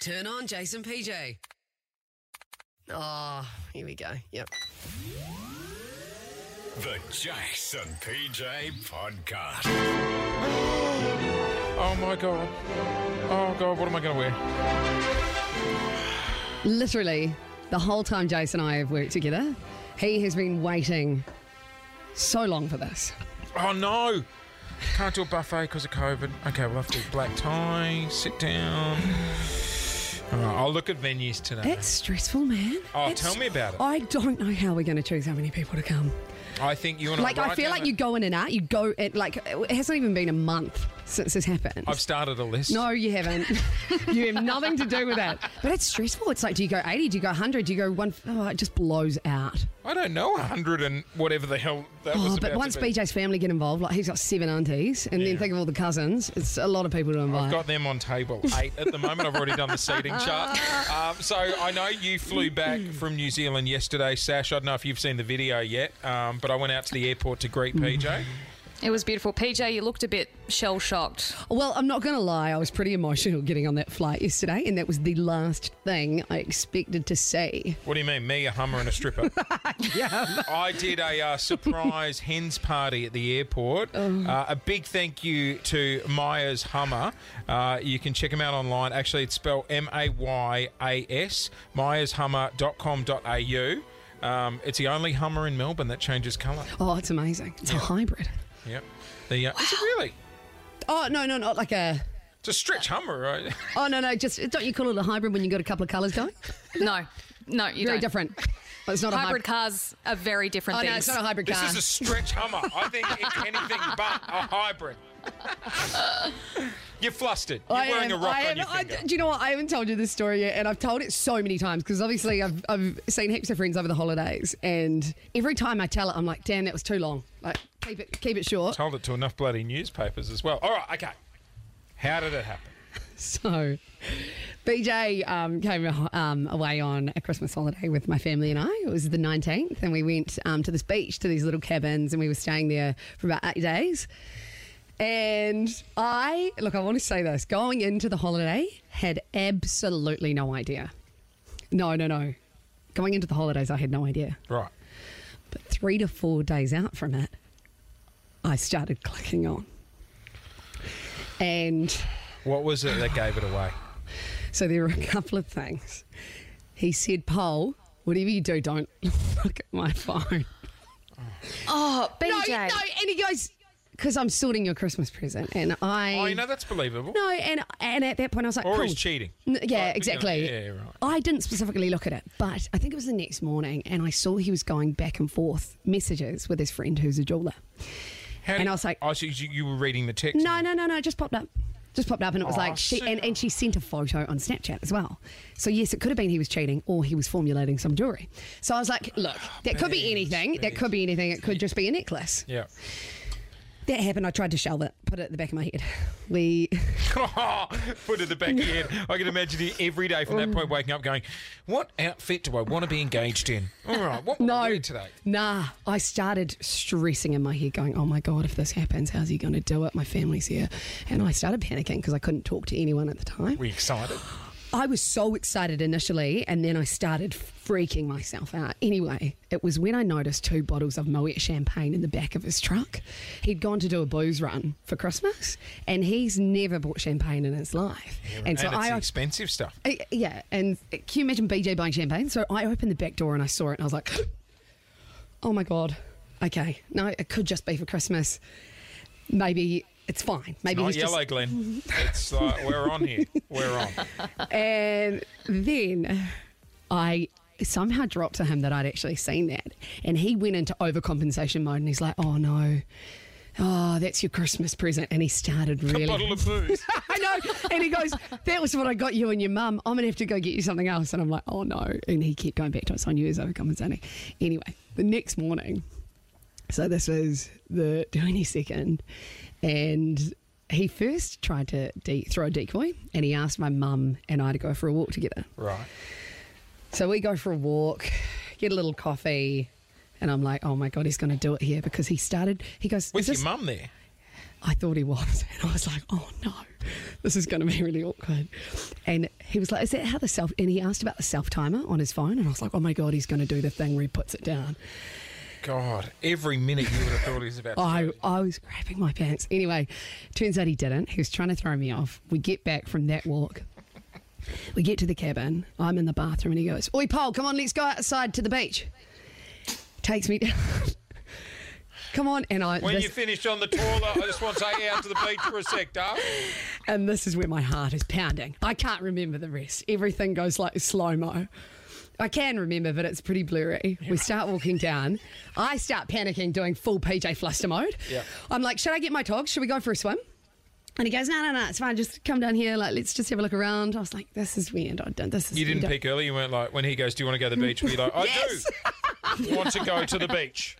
Turn on Jason PJ. Oh, here we go. Yep. The Jason PJ Podcast. Oh my god. Oh god, what am I going to wear? Literally, the whole time Jason and I have worked together, he has been waiting so long for this. Oh no! Can't do a buffet because of COVID. Okay, we'll have to do black tie, sit down. All right, I'll look at venues today. It's stressful, man. Oh, It's- tell me about it. I don't know how we're going to choose how many people to come. I think you and Like, I. I feel like you go in and out. You go, it, like, it hasn't even been a month since this happened. I've started a list. No, you haven't. you have nothing to do with that. But it's stressful. It's like, do you go 80? Do you go 100? Do you go one? Oh, it just blows out. I don't know. a hundred and whatever the hell that was. Oh, about but to once be. BJ's family get involved, like he's got seven aunties, and then Yeah. think of all the cousins. It's a lot of people to I've invite. got them on table eight at the moment. I've already done the seating chart. Um, so I know you flew back from New Zealand yesterday, Sash. I don't know if you've seen the video yet, um, but I went out to the airport to greet PJ. It was beautiful. PJ, you looked a bit shell shocked. well, I'm not going to lie. I was pretty emotional getting on that flight yesterday, and that was the last thing I expected to see. What do you mean, me, a Hummer, and a stripper? I did a uh, surprise hens party at the airport. Uh, a big thank you to Myers Hummer. Uh, you can check him out online. Actually, it's spelled M A Y A S, myershummer.com.au. Um, it's the only Hummer in Melbourne that changes colour. Oh, it's amazing. It's a hybrid. Yep. The, uh, Is it really? Oh no, no, not like a. It's a stretch Hummer, right? Oh no, no, just don't you call it a hybrid when you got a couple of colours going? No, no, Very you don't. different. Well, it's not Hybrid a hybrid. cars are very different Oh no, it's things. not a hybrid This car. is a stretch Hummer. I think it's anything but a hybrid. You're flustered. You're I wearing am- a rock I on am- your I- finger. do you know what? I haven't told you this story yet, and I've told it so many times because obviously I've, I've seen heaps of friends over the holidays, and every time I tell it, I'm like, damn, that was too long. Like, keep it, keep it short. told it to enough bloody newspapers as well. All right, okay. How did it happen? So, BJ um, came um, away on a Christmas holiday with my family and I. It was the 19th, and we went um, to this beach to these little cabins, and we were staying there for about eight days. And I, look, I want to say this going into the holiday, had absolutely no idea. No, no, no. Going into the holidays, I had no idea. Right. But three to four days out from it, I started clicking on. And. What was it that gave it away? So there were a couple of things. He said, Paul, whatever you do, don't look at my phone. oh, No, BJ. no. And he goes, because I'm sorting your Christmas present. And I. Oh, you know, that's believable. No, and, and at that point, I was like, Or cool. he's cheating. N- Yeah, Like, you exactly. know, yeah, right. I didn't specifically look at it, but I think it was the next morning, and I saw he was going back and forth messages with his friend who's a jeweler. How And did- I was like- oh, so you, you were reading the text? No, no, no, no. It just popped up. Just popped up, and it was Oh, like she shit. and, and she sent a photo on Snapchat as well. So yes, it could have been he was cheating or he was formulating some jewelry. So I was like, look, that could be Beans, anything. That beans. could be anything. It could just be a necklace. Ah, Yeah. That happened. I tried to shelve it, put it at the back of my head. We Put it in the back of your head. I can imagine you every day from that point waking up going, What outfit do I want to be engaged in? All right, what will no I wear today? Nah, I started stressing in my head, going, oh my god, if this happens, how's he going to do it? My family's here, and I started panicking because I couldn't talk to anyone at the time. Were you excited? I was so excited initially, and then I started freaking myself out. Anyway, it was when I noticed two bottles of Moet champagne in the back of his truck. He'd gone to do a booze run for Christmas, and he's never bought champagne in his life. And, it's the I. expensive stuff. I- Yeah, and can you imagine BJ buying champagne? So I opened the back door and I saw it, and I was like, oh my God, okay, no, it could just be for Christmas. Maybe it's fine. Maybe Not he's just- yellow, Glenn. It's like, we're on here. We're on. And then I somehow dropped to him that I'd actually seen that. And he went into overcompensation mode and he's like, oh no. Oh, that's your Christmas present. And he started A really. bottle of booze. I know. And he goes, That was what I got you and your mum. I'm going to have to go get you something else. And I'm like, Oh, no. And he kept going back to it. So I knew he was overcompensating. Anyway, the next morning, so this was the 22nd, and he first tried to de- throw a decoy and he asked my mum and I to go for a walk together. Right. So we go for a walk, get a little coffee. And I'm like, oh my God, he's going to do it here because he started. He goes, With "Is this- your mum there. I thought he was. And I was like, oh no, this is going to be really awkward. And he was like, is that how the self, and he asked about the self timer on his phone. And I was like, oh my God, he's going to do the thing where he puts it down. God, every minute you would have thought he was about to. Oh, I, do it. I was grabbing my pants. Anyway, turns out he didn't. He was trying to throw me off. We get back from that walk. We get to the cabin. I'm in the bathroom and he goes, Oi, Paul, come on, let's go outside to the beach. Takes me down. come on. And I. When this- you finished on the toilet, I just want to take you out to the beach for a sec, darling. and this is where my heart is pounding. I can't remember the rest. Everything goes like slow mo. I can remember, but it's pretty blurry. We start walking down. I start panicking, doing full PJ fluster mode. Yeah. I'm like, should I get my togs? Should we go for a swim? And he goes, no, no, no, it's fine. Just come down here. Like, let's just have a look around. I was like, this is weird. I don't. This is. You didn't weird. peek early. You weren't like, when he goes, Do you want to go to the beach? Were you like, I Yes. do want to go to the beach?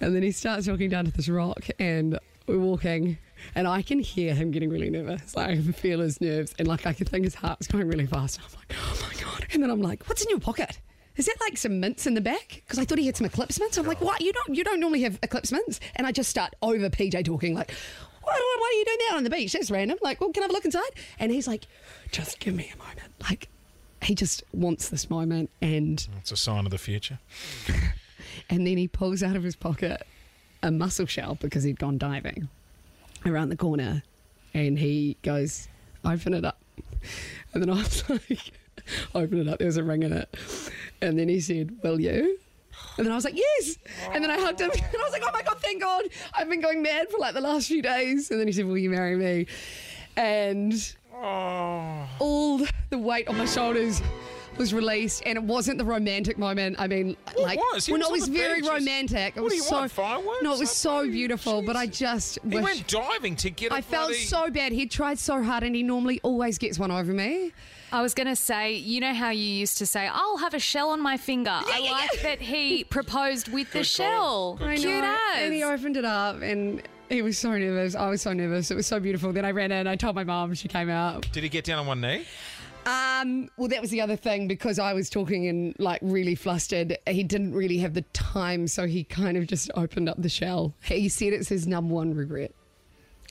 And then he starts walking down to this rock, and we're walking, and I can hear him getting really nervous. Like I can feel his nerves, and like I can think his heart's going really fast. I'm like, oh my god! And then I'm like, what's in your pocket? Is that like some mints in the back? Because I thought he had some eclipse mints. I'm like, what? You don't you don't normally have eclipse mints? And I just start over PJ talking like. Why, why, why are you doing that on the beach? That's random. Like, well, can I have a look inside? And he's like, just give me a moment. Like, he just wants this moment. And It's a sign of the future. and then he pulls out of his pocket a mussel shell because he'd gone diving around the corner. And he goes, Open it up. And then I was like, Open it up. There was a ring in it. And then he said, Will you? And then I was like, Yes. And then I hugged him. And I was like, Oh my God, thank God. I've been going mad for like the last few days. And then he said, Will you marry me? And Oh. all the weight on my shoulders was released, and it wasn't the romantic moment. I mean, like, was. He well, no, was on it was the very beach. He's- romantic. It What do was you so want, fireworks? No, it was I so mean, beautiful, but I Jesus. just He wish. went diving to get a I felt bloody- so bad. He tried so hard, and he normally always gets one over me. I was going to say, you know how you used to say, I'll have a shell on my finger. I yeah, like that he proposed with the Good call. shell. Good Cute know. And he as. opened it up, and he was so nervous. I was so nervous. It was so beautiful. Then I ran in. I told my mum. She came out. Did he get down on one knee? Um, well, that was the other thing because I was talking and like really flustered. He didn't really have the time, so he kind of just opened up the shell. He said it's his number one regret.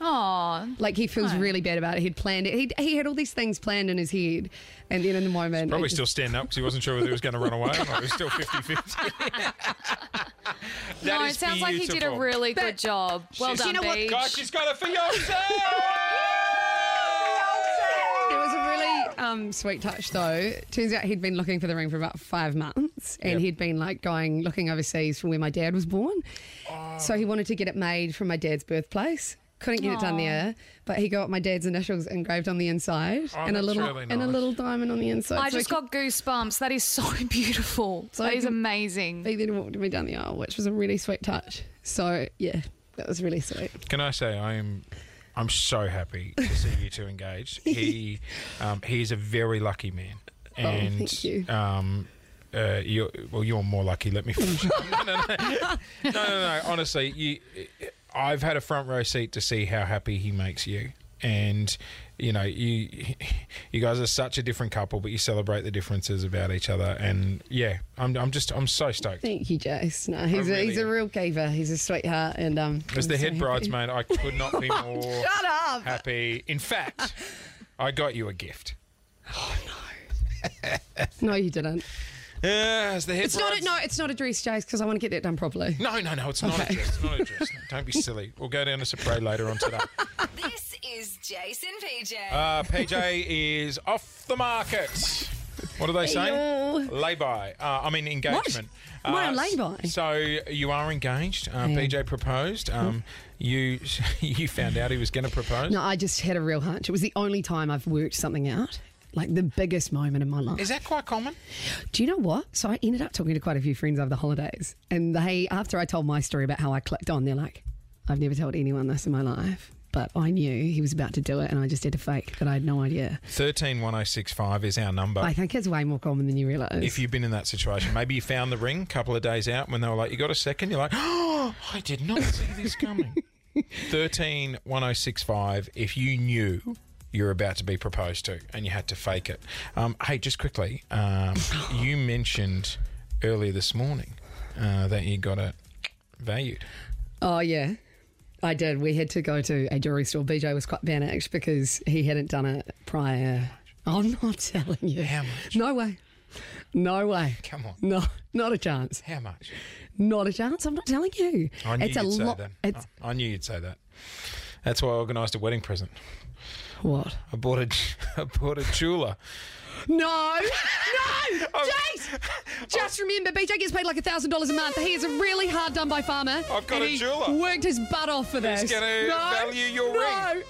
Aw. Like he feels Oh. really bad about it. He'd planned it. He he had all these things planned in his head, and then in the moment, Probably it still just- standing up because he wasn't sure whether he was going to run away. Like, it was still 50 50. No, it sounds like he did a really good job. Well She's- done, you know Beach. God, she's got a fiance! It was a really um, sweet touch, though. Turns out he'd been looking for the ring for about five months, and Yep. he'd been like going looking overseas from where my dad was born. Oh. So he wanted to get it made from my dad's birthplace. Couldn't get it done Aw. there, but he got my dad's initials engraved on the inside Oh, and a that's little really and a nice. little diamond on the inside. I So just he got goosebumps. That is so beautiful. So I that is can- amazing. He then walked me down the aisle, which was a really sweet touch. So yeah, that was really sweet. Can I say I am? I'm so happy to see you two engaged. He, um, he is a very lucky man, and Oh, thank you. um, uh, you're well. You're more lucky. Let me. finish. no, no, no. no, no, no. Honestly, you. I've had a front row seat to see how happy he makes you, and you know you. You guys are such a different couple, but you celebrate the differences about each other, and yeah, I'm. I'm just. I'm so stoked. Thank you, Jace. No, he's, a, really he's a am. real giver. He's a sweetheart, and um, As I'm the so head happy. bridesmaid, I could not be more Shut up. happy. In fact, I got you a gift. No, you didn't. Uh, as the head It's not a, brides- no, it's not a dress, Jace, because I want to get that done properly. No, no, no, it's not Okay. a dress. It's not a dress. Don't be silly. We'll go down to Supre later on today. This is Jason PJ. Uh, PJ is off the market. What are they saying? Ayo. Lay-by. Uh, I mean, engagement. What? Why a Uh, lay-by? s- So you are engaged. Uh, am. PJ proposed. Um, you you found out he was going to propose. Mm-hmm. No, I just had a real hunch. It was the only time I've worked something out. Like the biggest moment in my life. Is that quite common? Do you know what? So I ended up talking to quite a few friends over the holidays, and they, after I told my story about how I clicked on, they're like, "I've never told anyone this in my life." But I knew he was about to do it, and I just had to fake that I had no idea. 131065 is our number. I think it's way more common than you realise. if you've been in that situation. Maybe you found the ring a couple of days out when they were like, you got a second? You're like, oh, I did not see this coming. 131065, if you knew you're about to be proposed to and you had to fake it. Um, hey, just quickly, um, you mentioned earlier this morning uh, that you got it valued. oh yeah, I did. We had to go to a jewelry store. BJ was quite panicked because he hadn't done it prior. I'm not telling you. How much? No way. No way. Come on. No, not a chance. How much? Not a chance. I'm not telling you. I knew it's you'd a say lot. that. It's I I knew you'd say that. That's why I organised a wedding present. Oh. what? I bought a, I bought a jeweler. No, no, Jace. Oh. Just remember, BJ gets paid like thousand dollars a month. He is a really hard done by farmer. I've got and a he jeweler. Worked his butt off for this. gonna value your no. ring.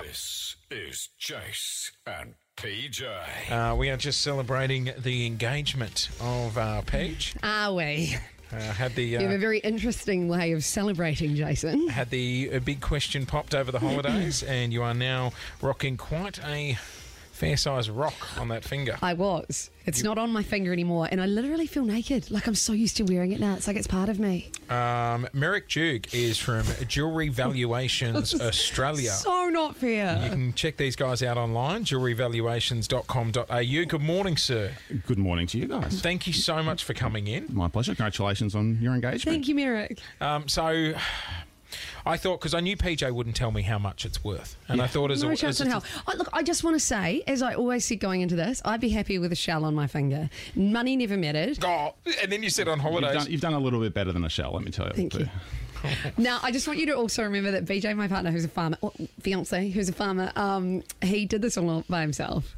This is Jace and PJ. Uh, we are just celebrating the engagement of uh, Paige. Are we? Uh, had the You have a uh, very interesting way of celebrating, Jason. had the uh, big question popped over the holidays, and you are now rocking quite a fair sized rock on that finger. I was. It's not on my finger anymore, and I literally feel naked. Like I'm so used to wearing it now. It's like it's part of me. Um, Merrick Duke is from Jewelry Valuations Australia. So not Oh, You fair. can check these guys out online, jewelryvaluations.com.au. Good morning, sir. Good morning to you guys. Thank you so much for coming in. My pleasure. Congratulations on your engagement. Thank you, Merrick. Um, so. I thought because I knew PJ wouldn't tell me how much it's worth, and I thought as No a chance as in a- hell. Oh, look, I just want to say, as I always said going into this, I'd be happy with a shell on my finger. Money never mattered. Oh, and then you said on You've holidays. done, you've done a little bit better than I shall, let me tell you. Thank you. Now, I just want you to also remember that BJ, my partner, who's a farmer, or fiance, who's a farmer, um, he did this all by himself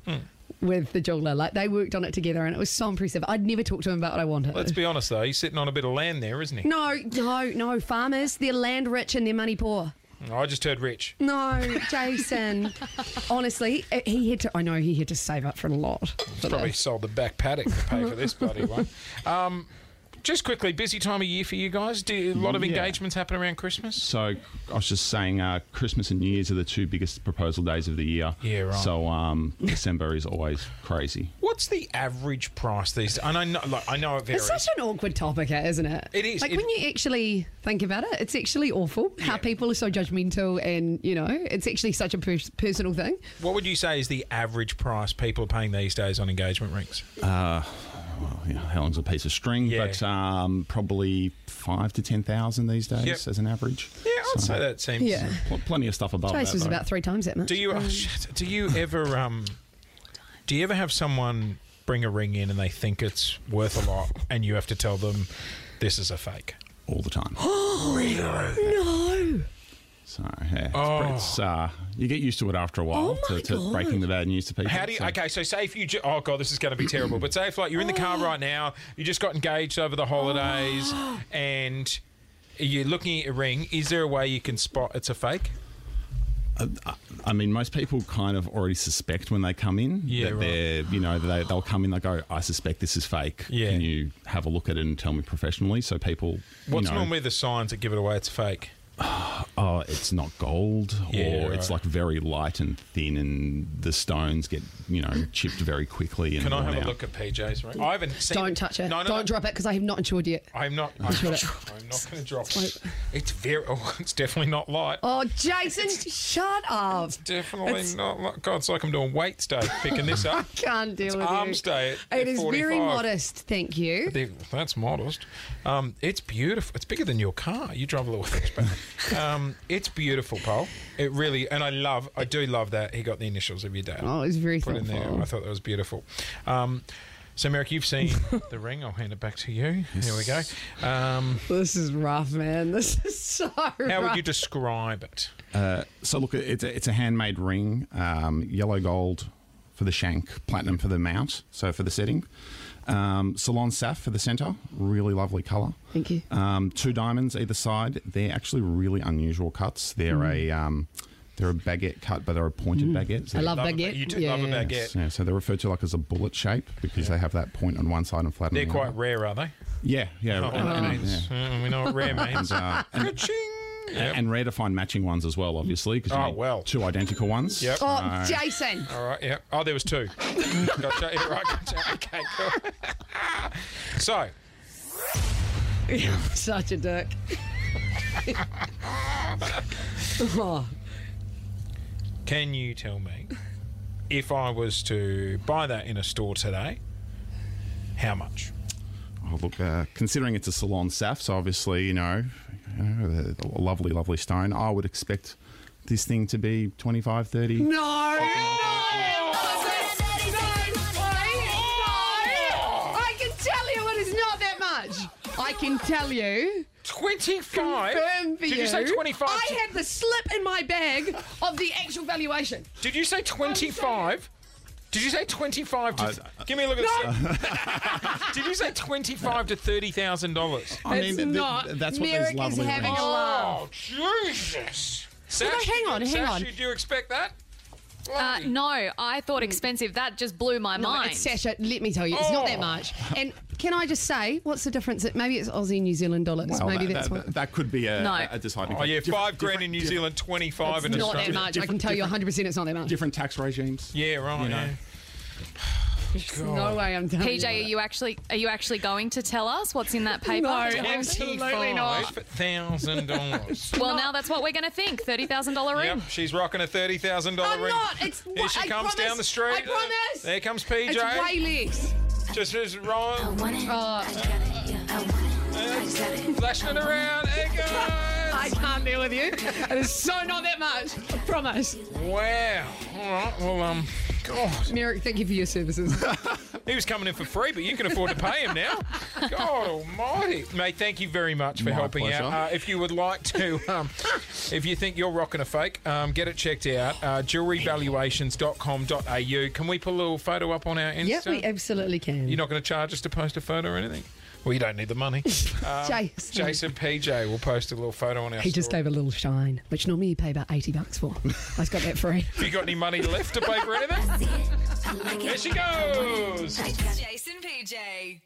with the jeweler. Like they worked on it together, and it was so impressive. I'd never talked to him about what I wanted. Let's be honest though, he's sitting on a bit of land there, isn't he? no, no, no. Farmers, they're land rich and their money poor. I just heard Rich. No, Jason. Honestly, it- he had to. I know he had to save up for a lot. for Probably this. sold the back paddock to pay for this bloody one. Um, just quickly, busy time of year for you guys. Do a lot of Yeah. engagements happen around Christmas? So I was just saying, uh, Christmas and New Year's are the two biggest proposal days of the year. Yeah, right. So um, December is always crazy. What's the average price these? And I know, like, I know it It's varies. such an awkward topic, eh, isn't it? It is. Like It- when you actually think about it, it's actually awful how people are so judgmental, and you know, it's actually such a pers- personal thing. what would you say is the average price people are paying these days on engagement rings? Well, you know, how long's a piece of string? Yeah. But um, probably five to 10,000 these days Yep. as an average. Yeah, I'd say that seems. Yeah. Pl- plenty of stuff above Jace that. was though. about three times that much. Do you oh, shit. do you ever um do you ever have someone bring a ring in and they think it's worth a lot and you have to tell them this is a fake? all the time. no. so yeah, it's, Oh. pretty- it's, uh, you get used to it after a while Oh my to, to God. breaking the bad news to people. How do you? so- Okay, so say if you. Ju- oh god, this is going to be terrible. But say if like you're in the car right now, you just got engaged over the holidays, and you're looking at your ring. Is there a way you can spot it's a fake? I mean, most people kind of already suspect when they come in Yeah, that right. they're, you know, they, they'll come in, they go, I suspect this is fake. Yeah. Can you have a look at it and tell me professionally? So people, What's you know, normally the signs that give it away? It's fake. oh, it's not gold Yeah, or it's like right. very light and thin and the stones get, you know, chipped very quickly. And Can I worn have out. a look at PJ's ring? I haven't seen. Don't touch it. No, no, Don't no. drop it because I have not insured yet. I'm not. I'm Sure not, that- I'm not going to drop. It's like- it. It's very. Oh, it's definitely not light. Oh, Jason, shut up. Definitely not. Like, God, it's like I'm doing weights day picking this up. Can't deal It's with arms you. day at- It at is very 45. modest, thank you. They- That's modest. Um, it's beautiful. It's bigger than your car. You drive a little thing, but um, it's beautiful, Paul. It really, and I love. I do love that he got the initials of your dad. Oh, it's very put in there. thoughtful. I thought that was beautiful. Um, so, Merrick, you've seen the ring. I'll hand it back to you. Here we go. Um, This is rough, man. This is so. how rough. would you describe it? Uh, So look, it's a, it's a handmade ring, um, yellow gold for the shank, platinum for the mount, so for the setting. Um, Salon Saf for the centre, really lovely colour. Thank you. Um, two diamonds either side. They're actually really unusual cuts. They're Mm. a um, they're a baguette cut, but they're a pointed baguette. So I love, Love a ba- baguette. you do love a Yeah. baguette. yeah, so they're referred to like as a bullet shape because they have that point on one side and flat on They're the quite other. rare, are they? Yeah, yeah, Oh, and, and- that means- uh, we know what rare means. yeah. Uh, and, Ka-ching! Yep. and rare to find matching ones as well, obviously. 'cause you Oh, need well. two identical ones. Yep. Oh, Jason. All right, yeah. Oh, there was two. gotcha. Yeah, right, gotcha. Okay, cool. so, Such a dick. oh, can you tell me if I was to buy that in a store today, how much? Oh, look, uh, considering it's a salon saf, so obviously, you know, you know, a lovely, lovely stone, I would expect this thing to be 25, 30. No. I can tell you it is not that much. I can tell you. 25? Confirm for Did you say 25? I had the slip in my bag of the actual valuation. Did you say 25? Did you say 25 to... I- give me a look at this. Did you say 25 to $30,000? I It's th- not. that's what these Merrick is lovely having rings- a Oh, Jesus. Sash, Well, no, hang on, did- hang Sash, on. Did you expect that? Uh, no, I thought expensive. That just blew my No, mind. it's Sasha, let me tell you, it's not that Oh. much. And can I just say, what's the difference? It- Maybe it's Aussie New Zealand dollars. Well, Maybe that, that's that, what. that could be a, No. a deciding Oh, yeah, Different- five grand in New different- Zealand, 25 in It's not Australia. that much. I can tell you 100% it's not that much. Different tax regimes. Yeah, right. You know. yeah. There's Oh. No way I'm telling PJ, are you. you actually are you actually going to tell us what's in that paper? No, absolutely not. $25,000. Well, now that's what we're going to think. Thirty thousand dollar ring. Yep, she's rocking a thirty thousand dollar I'm ring. not. It's Here what- she I comes promise. down the street. I promise. There comes PJ. It's way less. Just as wrong, Oh, flashing it around. There it I goes. can't deal with you. It is so not that much. I promise. Wow. All right. Well, um, God, Merrick, thank you for your services. he was coming in for free, but you can afford to pay him now. God Almighty, mate. Thank you very much for My helping out. pleasure. Uh, if you would like to, um, if you think you're rocking a fake, um, get it checked out. Uh, jewelryvaluations.com.au. Can we put a little photo up on our Insta? yeah, we absolutely can. You're not going to charge us to post a photo or anything? Well, you don't need the money. Uh, Jason. Jason PJ will post a little photo on our He just story. gave a little shine, which normally you pay about 80 bucks for. I just got that free. Have you got any money left to pay for anything? There she goes! It's Jason PJ.